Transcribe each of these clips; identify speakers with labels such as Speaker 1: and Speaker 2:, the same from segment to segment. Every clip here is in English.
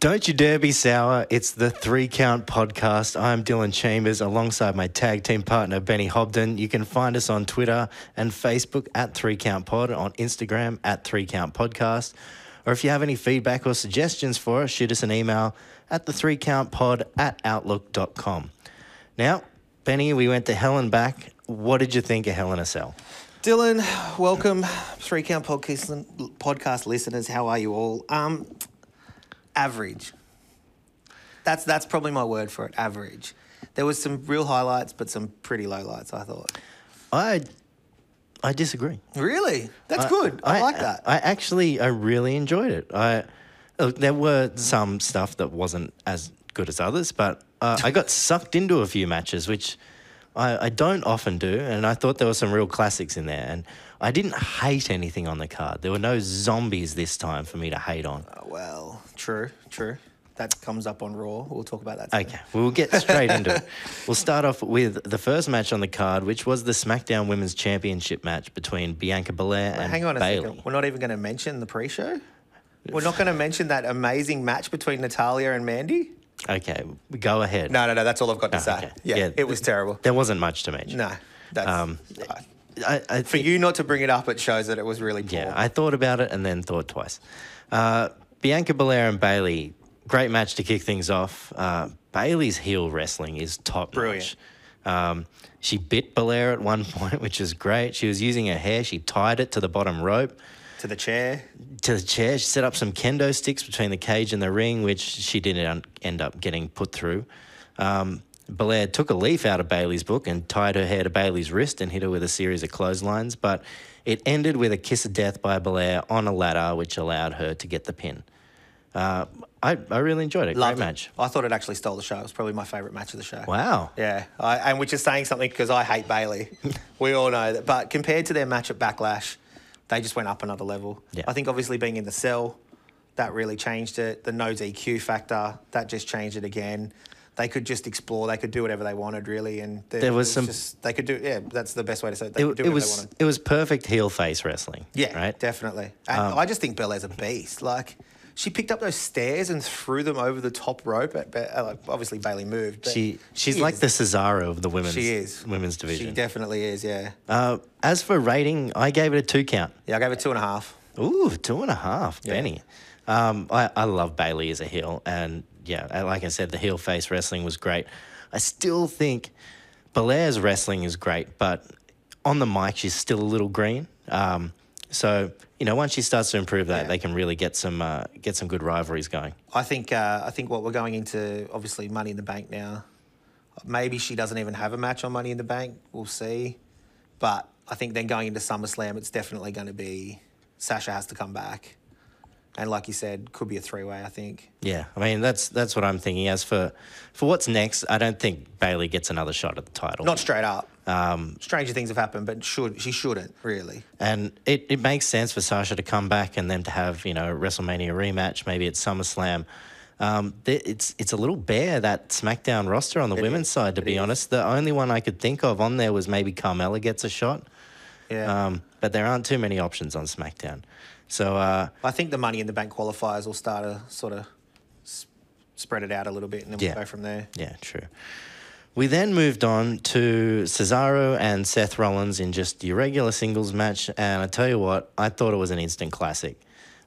Speaker 1: Don't you dare be sour. It's the Three Count Podcast. I'm Dylan Chambers alongside my tag team partner, Benny Hobden. You can find us on Twitter and Facebook at Three Count Pod, on Instagram at Three Count Podcast. Or if you have any feedback or suggestions for us, shoot us an email at the Three Count Pod at outlook.com. Now, Benny, we went to hell and back. What did you think of Hell in a Cell?
Speaker 2: Dylan, welcome, three count podcast podcast listeners. How are you all? Um, average. That's that's probably my word for it. Average. There was some real highlights, but some pretty low lights. I thought.
Speaker 1: I I disagree.
Speaker 2: Really, that's good. I, like that.
Speaker 1: I actually, I really enjoyed it. I look, there were some stuff that wasn't as good as others, but uh, I got sucked into a few matches, which I, I don't often do. And I thought there were some real classics in there. And I didn't hate anything on the card. There were no zombies this time for me to hate on.
Speaker 2: uh, well, true, true. That comes up on Raw. We'll talk about that. soon.
Speaker 1: Okay, we'll get straight into it. We'll start off with the first match on the card, which was the SmackDown Women's Championship match between Bianca Belair and
Speaker 2: Hang on a
Speaker 1: Bailey.
Speaker 2: second. We're not even going to mention the pre-show. We're not going to mention that amazing match between Natalia and Mandy.
Speaker 1: Okay, go ahead.
Speaker 2: No, no, no. That's all I've got to say.
Speaker 1: okay.
Speaker 2: Yeah,
Speaker 1: Yeah,
Speaker 2: it was terrible.
Speaker 1: There wasn't much to mention.
Speaker 2: No, that's
Speaker 1: Um,
Speaker 2: I-
Speaker 1: I, I
Speaker 2: for you not to bring it up. It shows that it was really poor.
Speaker 1: Yeah, I thought about it and then thought twice. Uh, Bianca Belair and Bailey, great match to kick things off. Uh, Bailey's heel wrestling is top
Speaker 2: Brilliant.
Speaker 1: notch. Um, she bit Belair at one point, which was great. She was using her hair. She tied it to the bottom rope
Speaker 2: to the chair.
Speaker 1: to the chair. She set up some kendo sticks between the cage and the ring, which she didn't un- end up getting put through. Um, Belair took a leaf out of Bailey's book and tied her hair to Bailey's wrist and hit her with a series of clotheslines, but it ended with a kiss of death by Belair on a ladder, which allowed her to get the pin. Uh, I, I really enjoyed it.
Speaker 2: Loved
Speaker 1: Great
Speaker 2: it.
Speaker 1: match.
Speaker 2: I thought it actually stole the show. It was probably my favorite match of the show.
Speaker 1: Wow.
Speaker 2: Yeah, I, and which is saying something because I hate Bailey. we all know that. But compared to their match at Backlash, they just went up another level.
Speaker 1: Yeah.
Speaker 2: I think obviously being in the cell, that really changed it. The no DQ factor, that just changed it again. They could just explore. They could do whatever they wanted, really. And
Speaker 1: There was some-
Speaker 2: Just, they could do. Yeah, that's the best way to say it. They
Speaker 1: It,
Speaker 2: could do
Speaker 1: it
Speaker 2: whatever they
Speaker 1: was
Speaker 2: wanted.
Speaker 1: it was perfect heel face wrestling.
Speaker 2: Yeah,
Speaker 1: Right? Um,
Speaker 2: definitely. And I just think Belair's a beast. Like, she picked up those stairs and threw them over the top rope. At, Ba- uh, like, obviously, Bailey moved. But
Speaker 1: She she's like
Speaker 2: is.
Speaker 1: the Cesaro of the women's
Speaker 2: She is.
Speaker 1: women's
Speaker 2: She
Speaker 1: division.
Speaker 2: definitely is, yeah.
Speaker 1: uh, as for rating, I gave it a two count.
Speaker 2: Yeah, I gave it two and a half.
Speaker 1: Ooh, two and a half, Benny. Um, I, I love Bailey as a heel, and yeah, I- like I said, the heel face wrestling was great. I still think Belair's wrestling is great, but on the mic she's still a little green. Um, so you know, once she starts to improve that,
Speaker 2: Yeah.
Speaker 1: they can really get some uh, get some good rivalries going.
Speaker 2: I think uh, I think what we're going into obviously Money in the Bank now. Maybe she doesn't even have a match on Money in the Bank. We'll see. But I think then going into SummerSlam, it's definitely going to be Sasha has to come back, and like you said, could be a three way. I think.
Speaker 1: Yeah, I mean that's that's what I'm thinking. As for for what's next, I don't think Bailey gets another shot at the title.
Speaker 2: Not straight up. Um, Stranger things have happened, but should she shouldn't really?
Speaker 1: And it, it makes sense for Sasha to come back and then to have, you know, a WrestleMania rematch, maybe at SummerSlam. Um, th- it's it's a little bare that SmackDown roster on the women's side, to be honest. The only one I could think of on there was maybe Carmella gets a shot,
Speaker 2: Yeah.
Speaker 1: um, but there aren't too many options on SmackDown. So uh,
Speaker 2: I think the Money in the Bank qualifiers will start to sort of sp- spread it out a little bit, and then
Speaker 1: Yeah.
Speaker 2: we'll go from there.
Speaker 1: yeah, true. We then moved on to Cesaro and Seth Rollins in just your regular singles match, and I tell you what, I thought it was an instant classic.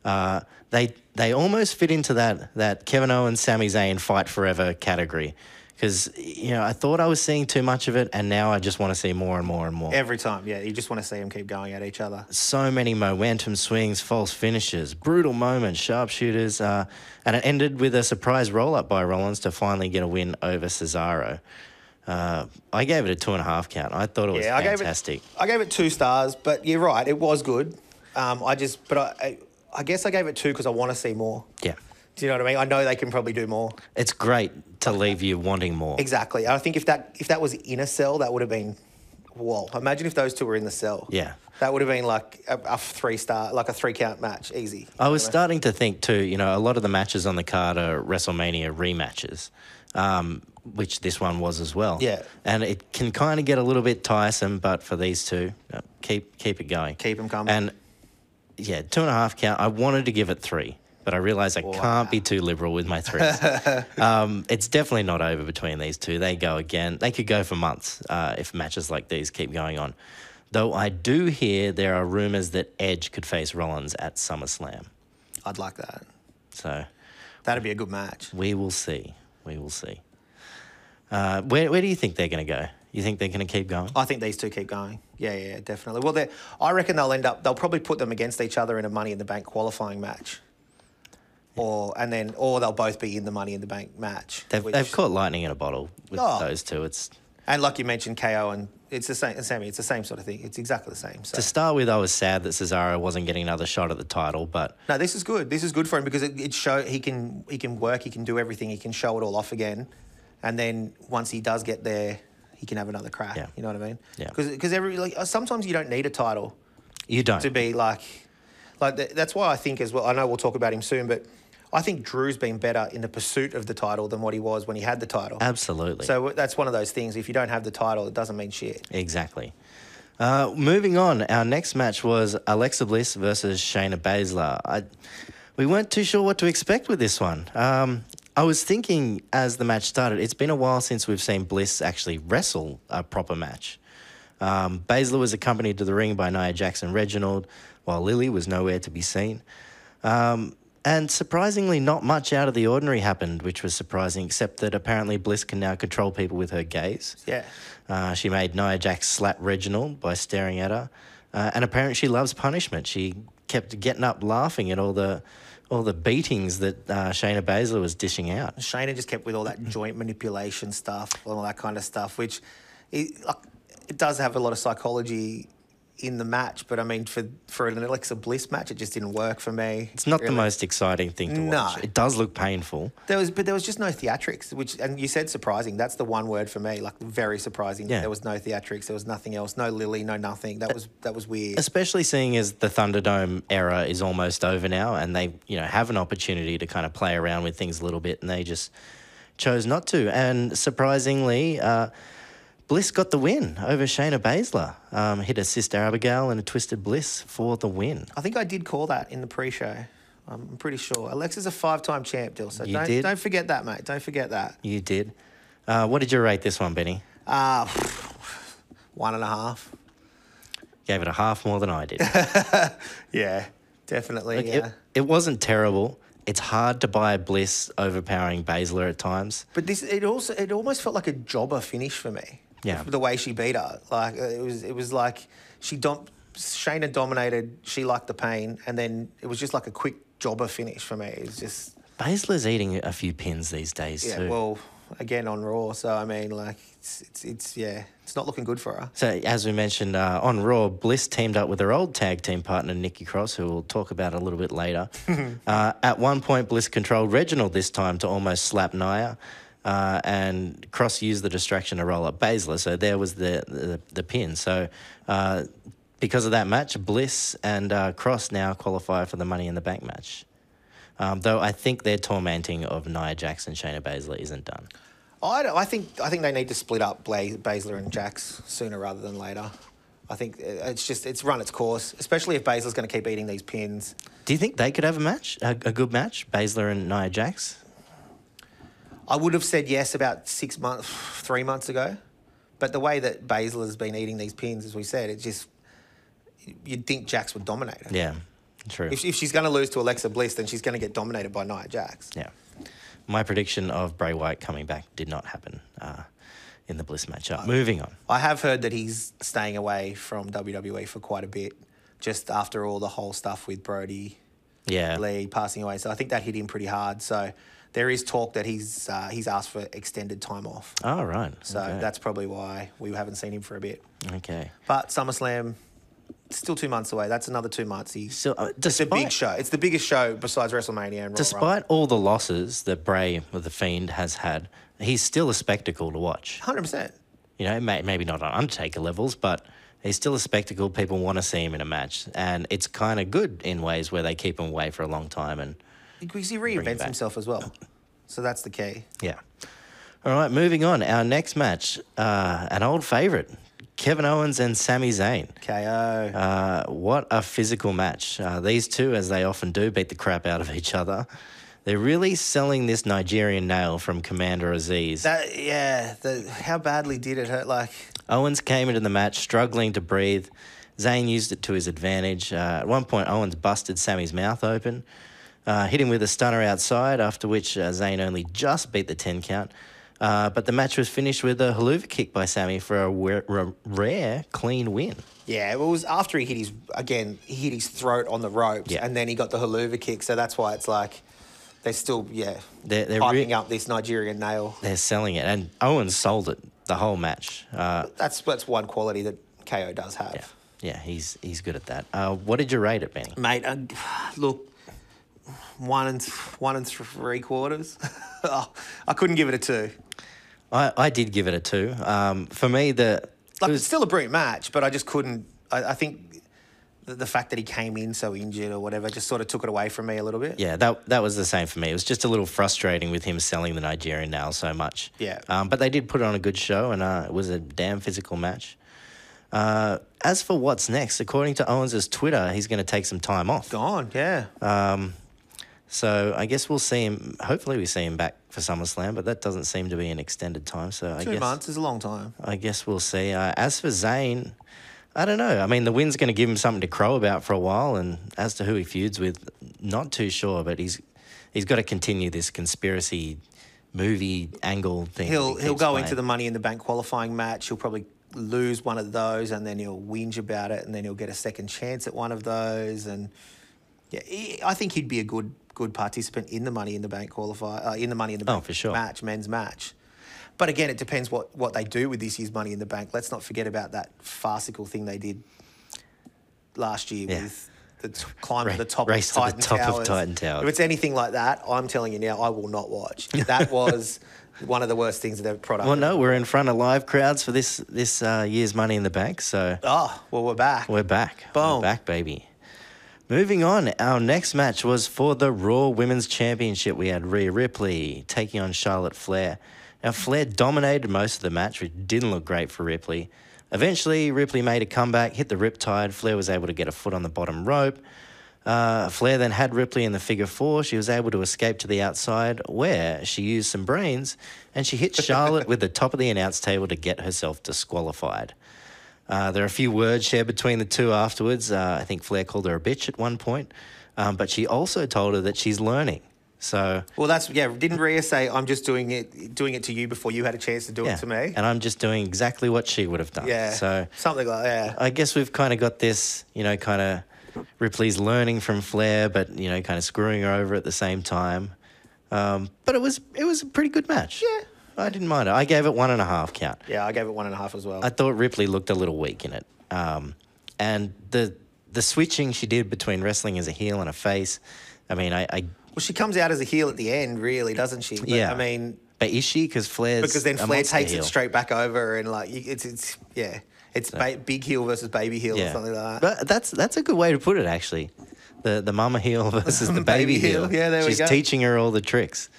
Speaker 1: Uh, they they almost fit into that that Kevin Owens, Sami Zayn fight forever category, because you know I thought I was seeing too much of it, and now I just want to see more and more and more.
Speaker 2: Every time, yeah. You just want to see them keep going at each other.
Speaker 1: so many momentum swings, false finishes, brutal moments, sharpshooters, uh, and it ended with a surprise roll up by Rollins to finally get a win over Cesaro. Uh, I gave it a two and a half count. I thought it was
Speaker 2: Yeah, I gave
Speaker 1: fantastic.
Speaker 2: it. I gave it two stars, but you're right. It was good. Um, I just, but I, I, I guess I gave it two because I want to see more.
Speaker 1: yeah,
Speaker 2: Do you know what I mean? I know they can probably do more.
Speaker 1: it's great to leave you wanting more.
Speaker 2: Exactly. I think if that if that was in a cell, that would have been, whoa. Imagine if those two were in the cell.
Speaker 1: Yeah.
Speaker 2: That would have been like a, a three star, like a three count match, easy.
Speaker 1: I was starting to think too, you know, a lot of the matches on the card are WrestleMania rematches, um, which this one was as well.
Speaker 2: Yeah.
Speaker 1: And it can kind of get a little bit tiresome, but for these two, uh, keep keep it going.
Speaker 2: Keep 'em coming.
Speaker 1: And yeah, two and a half count. I wanted to give it three but I realize I can't be too liberal with my threes. um, it's definitely not over between these two. They go again. They could go for months uh, if matches like these keep going on. Though I do hear there are rumors that Edge could face Rollins at SummerSlam.
Speaker 2: I'd like that.
Speaker 1: So
Speaker 2: That'd be a good match.
Speaker 1: we will see. We will see. Uh, where, where do you think they're going to go? You think they're going to keep going?
Speaker 2: I think these two keep going. Yeah, yeah, definitely. Well, they I reckon they'll end up. They'll probably put them against each other in a Money in the Bank qualifying match, or and then or they'll both be in the Money in the Bank match.
Speaker 1: They've,
Speaker 2: which-
Speaker 1: they've caught lightning in a bottle with
Speaker 2: Oh.
Speaker 1: those two. It's
Speaker 2: and like you mentioned, KO and it's the same. Sammy, it's the same sort of thing. It's exactly the same. So.
Speaker 1: to start with. I was sad that Cesaro wasn't getting another shot at the title, but
Speaker 2: No, this is good. This is good for him because it, it show he can he can work, he can do everything, he can show it all off again, and then once he does get there, he can have another crack.
Speaker 1: Yeah.
Speaker 2: You know what I mean?
Speaker 1: Yeah.
Speaker 2: Because every like uh, sometimes you don't need a title.
Speaker 1: you don't.
Speaker 2: to be like, like th- that's why I think as well. I know we'll talk about him soon, but I think Drew's been better in the pursuit of the title than what he was when he had the title.
Speaker 1: Absolutely.
Speaker 2: So uh, that's one of those things. If you don't have the title, it doesn't mean shit.
Speaker 1: Exactly. Uh, moving on, our next match was Alexa Bliss versus Shayna Baszler. I, we weren't too sure what to expect with this one. Um, I was thinking as the match started, it's been a while since we've seen Bliss actually wrestle a proper match. Um, Baszler was accompanied to the ring by Nia Jackson Reginald, while Lily was nowhere to be seen. Um, And surprisingly, not much out of the ordinary happened, which was surprising, except that apparently Bliss can now control people with her gaze.
Speaker 2: Yeah.
Speaker 1: Uh, she made Nia Jax slap Reginald by staring at her, uh, and apparently she loves punishment. She kept getting up laughing at all the all the beatings that uh, Shayna Baszler was dishing out.
Speaker 2: Shayna just kept with all that joint manipulation stuff and all that kind of stuff, which it, like, it does have a lot of psychology in the match. But I mean, for for an Alexa Bliss match, it just didn't work for me.
Speaker 1: It's not the
Speaker 2: really.
Speaker 1: most exciting thing to
Speaker 2: No.
Speaker 1: watch. It does look painful.
Speaker 2: There was, but there was just no theatrics, which, and you said surprising. That's the one word for me, like very surprising.
Speaker 1: Yeah.
Speaker 2: There was no theatrics. There was nothing else. No Lily. No nothing. That was that was weird.
Speaker 1: especially seeing as the Thunderdome era is almost over now, and they you know have an opportunity to kind of play around with things a little bit, and they just chose not to. And surprisingly, uh, Bliss got the win over Shayna Baszler. Um, hit a sister Abigail and a twisted Bliss for the win.
Speaker 2: I think I did call that in the pre-show. I'm pretty sure. Alexa's a five-time champ, Dill. So
Speaker 1: You
Speaker 2: don't
Speaker 1: did?
Speaker 2: don't forget that, mate. Don't forget that.
Speaker 1: You did. Uh, what did you rate this one, Benny?
Speaker 2: Uh, one and a half.
Speaker 1: Gave it a half more than I did.
Speaker 2: Yeah, definitely.
Speaker 1: Like,
Speaker 2: yeah.
Speaker 1: it, it wasn't terrible. It's hard to buy Bliss overpowering Baszler at times.
Speaker 2: But this it also it almost felt like a jobber finish for me.
Speaker 1: Yeah.
Speaker 2: The way she beat her, like uh, it was it was like she dom- Shayna dominated. She liked the pain, and then it was just like a quick jobber finish for me. It's just
Speaker 1: Baszler's eating a few pins these days
Speaker 2: yeah.
Speaker 1: too.
Speaker 2: Well, again on Raw, so I mean like it's it's, it's yeah, it's not looking good for her.
Speaker 1: So, as we mentioned uh, on Raw, Bliss teamed up with her old tag team partner, Nikki Cross, who we'll talk about a little bit later. uh, at one point, Bliss controlled Reginald this time to almost slap Nia, uh, and Cross used the distraction to roll up Baszler. So, there was the, the, the pin. So, uh, because of that match, Bliss and uh, Cross now qualify for the Money in the Bank match. Um, though I think their tormenting of Nia Jackson, Shayna Baszler isn't done.
Speaker 2: I, don't- I think I think they need to split up Bla- Baszler and Jax sooner rather than later. I think uh, it's just it's run its course, especially if Baszler's going to keep eating these pins.
Speaker 1: Do you think they could have a match, a, a good match, Baszler and Nia Jax?
Speaker 2: I would have said yes about six months, three months ago. But the way that Basil has been eating these pins, as we said, it just you'd think Jax would dominate her.
Speaker 1: Yeah, true.
Speaker 2: If, if she's going to lose to Alexa Bliss, then she's going to get dominated by Nia Jax.
Speaker 1: yeah. My prediction of Bray White coming back did not happen uh, in the Bliss matchup. Moving on.
Speaker 2: I have heard that he's staying away from WWE for quite a bit, just after all the whole stuff with Brody
Speaker 1: Yeah.
Speaker 2: Lee passing away. So I think that hit him pretty hard. So there is talk that he's uh, he's asked for extended time off.
Speaker 1: All right.
Speaker 2: So
Speaker 1: okay.
Speaker 2: that's probably why we haven't seen him for a bit.
Speaker 1: okay.
Speaker 2: But SummerSlam, still two months away. That's another two months. He,
Speaker 1: So uh,
Speaker 2: it's a
Speaker 1: despite
Speaker 2: big show. It's the biggest show besides WrestleMania and Raw.
Speaker 1: despite all the losses that Bray with the Fiend has had, he's still a spectacle to watch.
Speaker 2: hundred percent.
Speaker 1: You know, may, maybe not on Undertaker levels, but he's still a spectacle. People want to see him in a match, and it's kind of good in ways where they keep him away for a long time and.
Speaker 2: Because he
Speaker 1: it
Speaker 2: reinvents
Speaker 1: back.
Speaker 2: himself as well. So that's the key.
Speaker 1: Yeah. All right, moving on. Our next match, uh, an old favourite, Kevin Owens and Sami Zayn.
Speaker 2: KO.
Speaker 1: Uh, what a physical match. Uh, these two, as they often do, beat the crap out of each other. They're really selling this Nigerian nail from Commander Aziz.
Speaker 2: that yeah. The, how badly did it hurt? Like
Speaker 1: Owens came into the match struggling to breathe. Zayn used it to his advantage. Uh, at one point, Owens busted Sammy's mouth open, uh, hit him with a stunner outside, after which uh, Zayn only just beat the 10 count. Uh, but the match was finished with a haluva kick by Sammy for a wa- ra- rare clean win.
Speaker 2: yeah, it was after he hit his again. He hit his throat on the ropes,
Speaker 1: Yeah.
Speaker 2: and then he got the haluva kick. So that's why it's like they still yeah
Speaker 1: They're, they're,
Speaker 2: piping
Speaker 1: re-
Speaker 2: up this Nigerian nail.
Speaker 1: they're selling it, and Owens sold it the whole match. Uh,
Speaker 2: That's that's one quality that KO does have.
Speaker 1: yeah, yeah, he's he's good at that. Uh, what did you rate it, Benny?
Speaker 2: Mate, uh, look, one and one and three quarters. Oh, I couldn't give it a two.
Speaker 1: I, I did give it a two. Um, for me, the
Speaker 2: Like it's still a brilliant match, but I just couldn't. I, I think the, the fact that he came in so injured or whatever just sort of took it away from me a little bit.
Speaker 1: Yeah, that that was the same for me. It was just a little frustrating with him selling the Nigerian nail so much.
Speaker 2: Yeah.
Speaker 1: Um, but they did put on a good show, and uh, it was a damn physical match. Uh, as for what's next, according to Owens' Twitter, he's going to take some time off.
Speaker 2: Gone. Yeah.
Speaker 1: So I guess we'll see him. Hopefully, we see him back for SummerSlam, but that doesn't seem to be an extended time. So I
Speaker 2: two
Speaker 1: guess
Speaker 2: months is a long time.
Speaker 1: I guess we'll see. Uh, as for Zayn, I don't know. I mean, the win's going to give him something to crow about for a while, and as to who he feuds with, not too sure. But he's he's got to continue this conspiracy movie angle thing. that
Speaker 2: He'll
Speaker 1: he
Speaker 2: he'll
Speaker 1: keeps
Speaker 2: go
Speaker 1: playing.
Speaker 2: into the Money in the Bank qualifying match. He'll probably lose one of those, and then he'll whinge about it, and then he'll get a second chance at one of those. And yeah, he, I think he'd be a good good participant in the Money in the Bank qualify uh, in the Money in the
Speaker 1: Oh,
Speaker 2: Bank
Speaker 1: for sure.
Speaker 2: match, men's match. But again, it depends what, what they do with this year's Money in the Bank. Let's not forget about that farcical thing they did last year
Speaker 1: Yeah.
Speaker 2: with the t- climb
Speaker 1: Ra-
Speaker 2: to the top
Speaker 1: race to
Speaker 2: of
Speaker 1: the
Speaker 2: Titan
Speaker 1: top of
Speaker 2: Towers.
Speaker 1: Titan Towers.
Speaker 2: If it's anything like that, I'm telling you now, I will not watch. That was one of the worst things of their product.
Speaker 1: Well, no, we're in front of live crowds for this this uh, year's Money in the Bank, so
Speaker 2: Oh, well, we're back.
Speaker 1: we're back. We're
Speaker 2: Boom.
Speaker 1: back, baby. Moving on, our next match was for the Raw Women's Championship. We had Rhea Ripley taking on Charlotte Flair. Now, Flair dominated most of the match, which didn't look great for Ripley. Eventually, Ripley made a comeback, hit the riptide. Flair was able to get a foot on the bottom rope. Uh, Flair then had Ripley in the figure four. She was able to escape to the outside, where she used some brains and she hit Charlotte with the top of the announce table to get herself disqualified. Uh, there are a few words shared between the two afterwards. Uh, I think Flair called her a bitch at one point, um, but she also told her that she's learning. So
Speaker 2: Well, that's yeah. Didn't Rhea say I'm just doing it, doing it to you before you had a chance to do
Speaker 1: yeah,
Speaker 2: it to me?
Speaker 1: and I'm just doing exactly what she would have done.
Speaker 2: yeah.
Speaker 1: So
Speaker 2: something like that.
Speaker 1: I guess we've kind of got this, you know, kind of Ripley's learning from Flair, but you know, kind of screwing her over at the same time. Um, but it was it was a pretty good match.
Speaker 2: Yeah.
Speaker 1: I didn't mind it. I gave it one and a half count.
Speaker 2: Yeah, I gave it one and a half as well.
Speaker 1: I thought Ripley looked a little weak in it. Um, and the the switching she did between wrestling as a heel and a face, I mean, I, I
Speaker 2: well, she comes out as a heel at the end, really, doesn't she? But,
Speaker 1: yeah.
Speaker 2: I mean,
Speaker 1: but is she? Because Flair's
Speaker 2: because then
Speaker 1: a
Speaker 2: Flair
Speaker 1: monster
Speaker 2: takes
Speaker 1: heel.
Speaker 2: it straight back over, and like you- it's it's yeah, it's ba- big heel versus baby heel or something like that.
Speaker 1: But that's that's a good way to put it, actually. The the mama heel versus the baby,
Speaker 2: Baby
Speaker 1: heel.
Speaker 2: heel, yeah, there we
Speaker 1: She's
Speaker 2: go.
Speaker 1: teaching her all the tricks.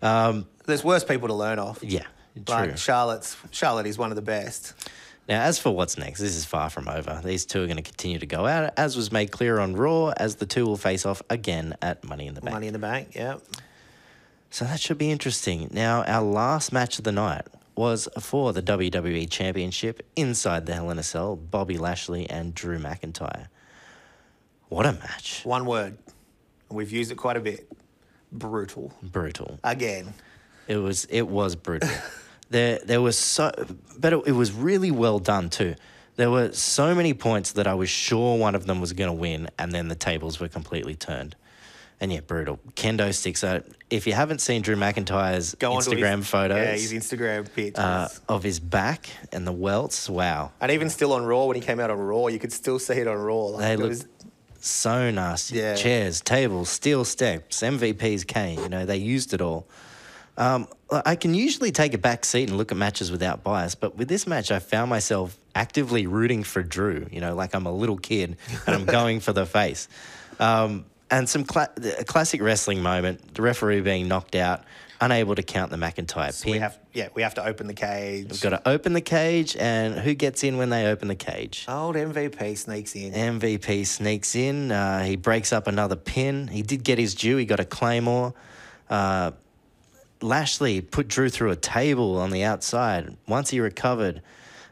Speaker 2: There's worse people to learn off.
Speaker 1: Yeah, true.
Speaker 2: Like Charlotte's Charlotte is one of the best.
Speaker 1: Now, as for what's next, this is far from over. These two are going to continue to go out, as was made clear on Raw, as the two will face off again at Money in the Bank.
Speaker 2: Money in the Bank. Yeah.
Speaker 1: So that should be interesting. Now, our last match of the night was for the WWE Championship inside the Hell in a Cell, Bobby Lashley and Drew McIntyre. What a match.
Speaker 2: One word. And we've used it quite a bit. Brutal.
Speaker 1: Brutal.
Speaker 2: Again.
Speaker 1: It was it was brutal. there there was so but it, it was really well done too. There were so many points that I was sure one of them was going to win and then the tables were completely turned. And yeah, brutal. Kendo sticks. Uh, if you haven't seen Drew McIntyre's
Speaker 2: Go on
Speaker 1: Instagram photos,
Speaker 2: Yeah, his Instagram pictures.
Speaker 1: uh, of his back and the welts. Wow,
Speaker 2: and even still on Raw, when he came out on Raw, you could still see it on Raw. Like,
Speaker 1: they
Speaker 2: it
Speaker 1: look
Speaker 2: was-
Speaker 1: so nasty.
Speaker 2: Yeah.
Speaker 1: Chairs, tables, steel steps, MVP's cane. You know, they used it all. Um, I can usually take a back seat and look at matches without bias, but with this match, I found myself actively rooting for Drew. You know, like I'm a little kid and I'm going for the face. Um, And some cla- a classic wrestling moment: the referee being knocked out, unable to count the McIntyre
Speaker 2: So
Speaker 1: pin.
Speaker 2: we have yeah, we have to open the cage.
Speaker 1: We've got to open the cage, and who gets in when they open the cage?
Speaker 2: Old MVP sneaks in.
Speaker 1: MVP sneaks in. Uh, he breaks up another pin. He did get his due. He got a claymore. Uh, Lashley put Drew through a table on the outside. Once he recovered,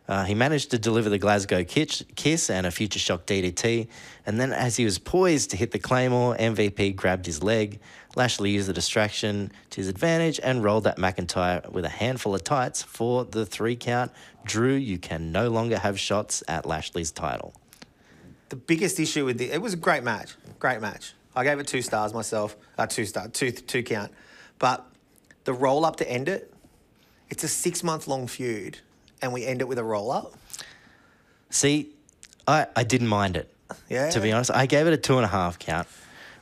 Speaker 1: uh, he managed to deliver the Glasgow kiss, kiss and a future shock DDT. And then, as he was poised to hit the claymore, MVP grabbed his leg. Lashley used the distraction to his advantage and rolled that McIntyre with a handful of tights for the three count. Drew, you can no longer have shots at Lashley's title.
Speaker 2: The biggest issue with the it was a great match, great match. I gave it two stars myself, uh, two star, two two count, but the roll up to end it, it's a six month long feud, and we end it with a roll up.
Speaker 1: See, I, I didn't mind it.
Speaker 2: Yeah.
Speaker 1: To be honest, I gave it a two and a half count.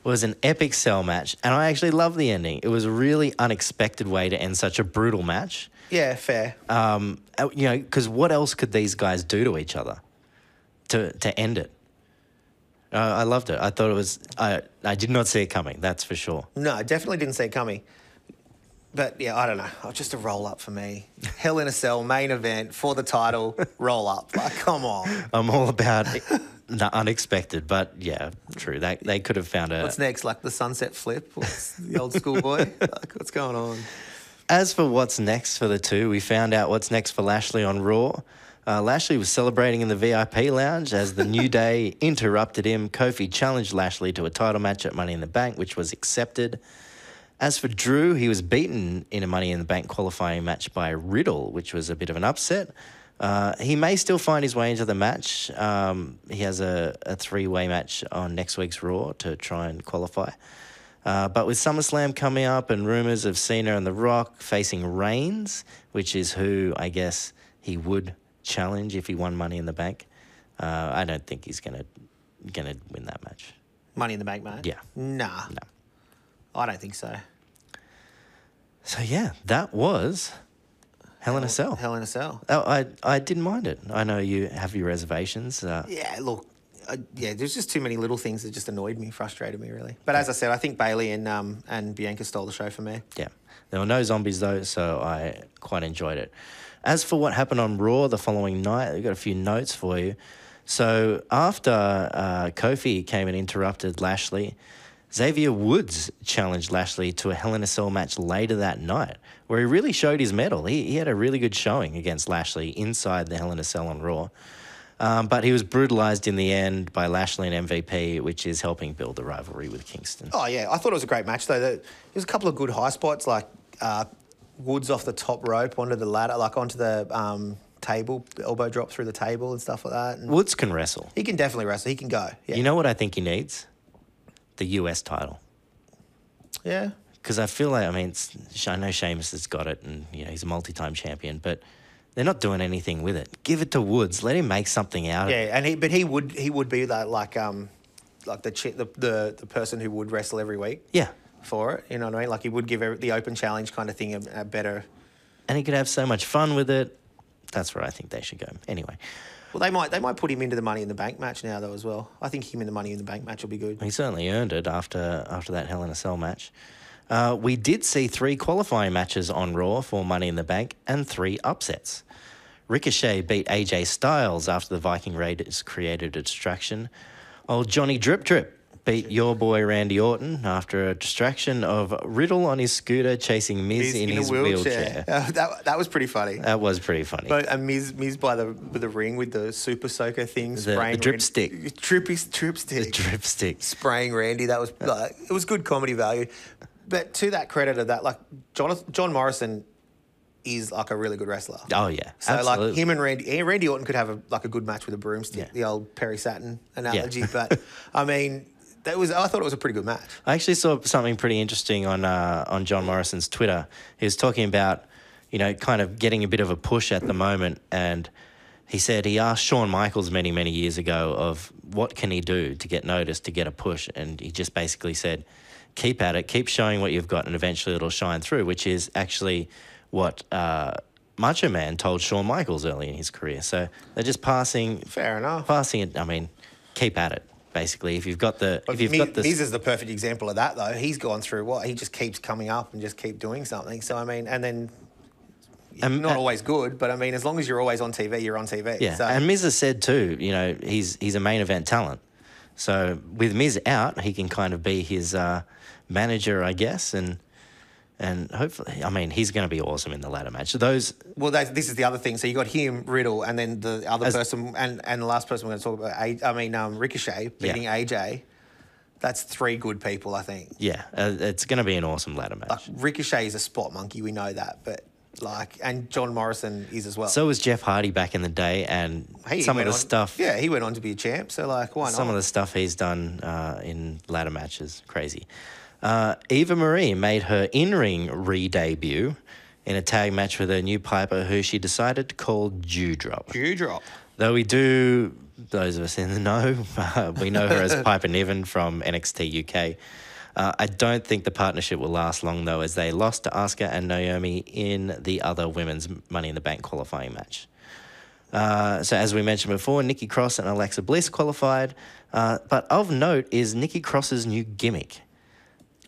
Speaker 1: It was an epic cell match, and I actually loved the ending. It was a really unexpected way to end such a brutal match.
Speaker 2: Yeah, fair.
Speaker 1: Um, uh, you know, because what else could these guys do to each other to to end it? Uh, I loved it. I thought it was. I I did not see it coming. That's for sure.
Speaker 2: No, I definitely didn't see it coming. But yeah, I don't know. Oh, just a roll up for me. Hell in a Cell main event for the title, roll up. Like, come on.
Speaker 1: I'm all about the unexpected, but yeah, true. They they could have found a
Speaker 2: What's next? Like the sunset flip? What's the old school boy? Like, what's going on?
Speaker 1: As for what's next for the two, we found out what's next for Lashley on Raw. Uh, Lashley was celebrating in the VIP lounge as the New Day interrupted him. Kofi challenged Lashley to a title match at Money in the Bank, which was accepted. As for Drew, he was beaten in a Money in the Bank qualifying match by Riddle, which was a bit of an upset. Uh, he may still find his way into the match. Um, he has a, a three way match on next week's Raw to try and qualify. Uh, but with SummerSlam coming up and rumors of Cena and The Rock facing Reigns, which is who I guess he would challenge if he won Money in the Bank, uh, I don't think he's gonna gonna win that match.
Speaker 2: Money in the bank, mate?
Speaker 1: Yeah.
Speaker 2: Nah.
Speaker 1: No.
Speaker 2: I don't think so.
Speaker 1: So yeah, that was Hell in a Cell.
Speaker 2: Hell in a Cell.
Speaker 1: Oh, I I didn't mind it. I know you have your reservations. Uh,
Speaker 2: Yeah, look. I, yeah, there's just too many little things that just annoyed me, frustrated me, really. But as I said, I think Bailey and um, and Bianca stole the show for me.
Speaker 1: yeah, there were no zombies though, so I quite enjoyed it. As for what happened on Raw the following night, I've got a few notes for you. So after uh, Kofi came and interrupted Lashley, Xavier Woods challenged Lashley to a Hell in a Cell match later that night, where he really showed his mettle. He, he had a really good showing against Lashley inside the Hell in a Cell on Raw. Um, but he was brutalized in the end by Lashley and MVP, which is helping build the rivalry with Kingston.
Speaker 2: Oh yeah, I thought it was a great match though. There there was a couple of good high spots, like uh, Woods off the top rope onto the ladder, like onto the um, table, the elbow drop through the table and stuff like that. And
Speaker 1: Woods can wrestle.
Speaker 2: he can definitely wrestle. He can go. Yeah,
Speaker 1: You know what I think he needs? The US title.
Speaker 2: yeah.
Speaker 1: Because I feel like, I mean, it's, I know Sheamus has got it and, you know, he's a multi time champion, but they're not doing anything with it. Give it to Woods. Let him make something out of it.
Speaker 2: Yeah, and he but he would he would be that like um like the chi- the, the the person who would wrestle every week
Speaker 1: Yeah.
Speaker 2: for it. You know what I mean? Like he would give every, the open challenge kind of thing a, a better.
Speaker 1: And he could have so much fun with it. That's where I think they should go. Anyway,
Speaker 2: Well, they might they might put him into the Money in the Bank match now though as well. I think him in the Money in the Bank match will be good.
Speaker 1: he certainly earned it after, after that Hell in a Cell match. Uh, we did see three qualifying matches on Raw for Money in the Bank and three upsets. Ricochet beat AJ Styles after the Viking Raiders created a distraction. Old Johnny Drip Drip beat your boy Randy Orton after a distraction of Riddle on his scooter chasing Miz in, his wheelchair.
Speaker 2: Uh, that that was pretty funny.
Speaker 1: That was pretty funny.
Speaker 2: But a Miz, Miz by the by the ring with the super soaker thing
Speaker 1: the
Speaker 2: spraying
Speaker 1: drip
Speaker 2: Ran-
Speaker 1: stick.
Speaker 2: drippy drip stick,
Speaker 1: Dripsticks.
Speaker 2: spraying Randy. That was like it was good comedy value. But to that credit of that, like Jonathan, John Morrison is like a really good wrestler.
Speaker 1: Oh yeah,
Speaker 2: So
Speaker 1: absolutely.
Speaker 2: like him and Randy, eh, Randy Orton could have a, like a good match with a broomstick,
Speaker 1: Yeah.
Speaker 2: the old Perry Satin analogy. But I mean, that was I thought it was a pretty good match.
Speaker 1: I actually saw something pretty interesting on uh, on John Morrison's Twitter. He was talking about, you know, kind of getting a bit of a push at the moment, and he said he asked Shawn Michaels many many years ago of what can he do to get noticed, to get a push, and he just basically said, keep at it, keep showing what you've got, and eventually it'll shine through, which is actually what. Uh, Macho Man told Shawn Michaels early in his career, so they're just passing,
Speaker 2: Fair enough.
Speaker 1: passing it. I mean, keep at it. Basically, if you've got the if
Speaker 2: Miz,
Speaker 1: you've got
Speaker 2: Miz
Speaker 1: the
Speaker 2: is the perfect example of that, though. He's gone through what he just keeps coming up and just keep doing something. So I mean, and then
Speaker 1: And-
Speaker 2: not
Speaker 1: and-
Speaker 2: always good, but I mean, as long as you're always on TV, you're on TV.
Speaker 1: yeah,
Speaker 2: So,
Speaker 1: and Miz has said too, you know, he's he's a main event talent. So with Miz out, he can kind of be his uh, manager, I guess, and and hopefully, I mean, he's going to be awesome in the ladder match. Those
Speaker 2: well, that's, this is the other thing. So you got him, Riddle, and then the other
Speaker 1: As-
Speaker 2: person, and and the last person we're going to talk about. A- I mean, um, Ricochet
Speaker 1: Yeah.
Speaker 2: beating AJ. That's three good people, I think.
Speaker 1: Yeah, uh, it's going to be an awesome ladder match.
Speaker 2: Like Ricochet is a spot monkey, we know that, but like, and John Morrison is as well.
Speaker 1: so was Jeff Hardy back in the day, and
Speaker 2: He
Speaker 1: some of
Speaker 2: went
Speaker 1: the
Speaker 2: on-
Speaker 1: stuff,
Speaker 2: Yeah, he went on to be a champ. So like, why
Speaker 1: some
Speaker 2: not?
Speaker 1: of the stuff he's done uh, in ladder matches, crazy. Uh, Eva Marie made her in-ring re-debut in a tag match with her new piper, who she decided to call Dewdrop.
Speaker 2: Dewdrop.
Speaker 1: Though we do, those of us in the know, we know her as Piper Niven from NXT UK. Uh, I don't think the partnership will last long though, as they lost to Asuka and Naomi in the other women's Money in the Bank qualifying match. Uh, so as we mentioned before, Nikki Cross and Alexa Bliss qualified. Uh, but of note is Nikki Cross's new gimmick,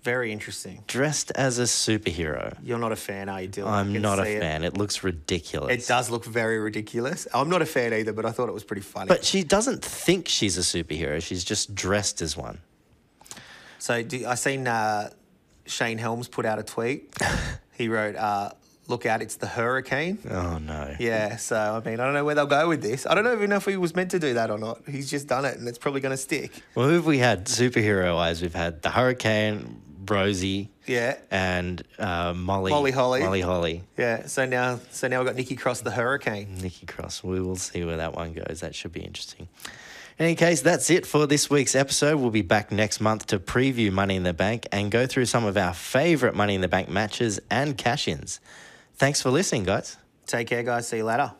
Speaker 2: Very interesting.
Speaker 1: dressed as a superhero.
Speaker 2: You're not a fan, are you, Dylan? I
Speaker 1: I'm
Speaker 2: can
Speaker 1: not a
Speaker 2: see it.
Speaker 1: fan. It, looks ridiculous.
Speaker 2: It does look very ridiculous. I'm not a fan either, but I thought it was pretty funny.
Speaker 1: But she doesn't think she's a superhero. She's just dressed as one.
Speaker 2: so do, I seen uh, Shane Helms put out a tweet. he wrote, uh, "Look out, it's the hurricane."
Speaker 1: Oh no.
Speaker 2: Yeah. So I mean, I don't know where they'll go with this. I don't know even know if he was meant to do that or not. He's just done it, and it's probably going to stick.
Speaker 1: Well, who have we had superhero wise? We've had the Hurricane, Rosie,
Speaker 2: Yeah.
Speaker 1: and uh, Molly.
Speaker 2: Molly Holly.
Speaker 1: Molly Holly.
Speaker 2: Yeah. So now, so now we've got Nikki Cross, the hurricane.
Speaker 1: Nikki Cross. We will see where that one goes. That should be interesting. In any case, that's it for this week's episode. We'll be back next month to preview Money in the Bank and go through some of our favorite Money in the Bank matches and cash ins. Thanks for listening, guys.
Speaker 2: Take care, guys. See you later.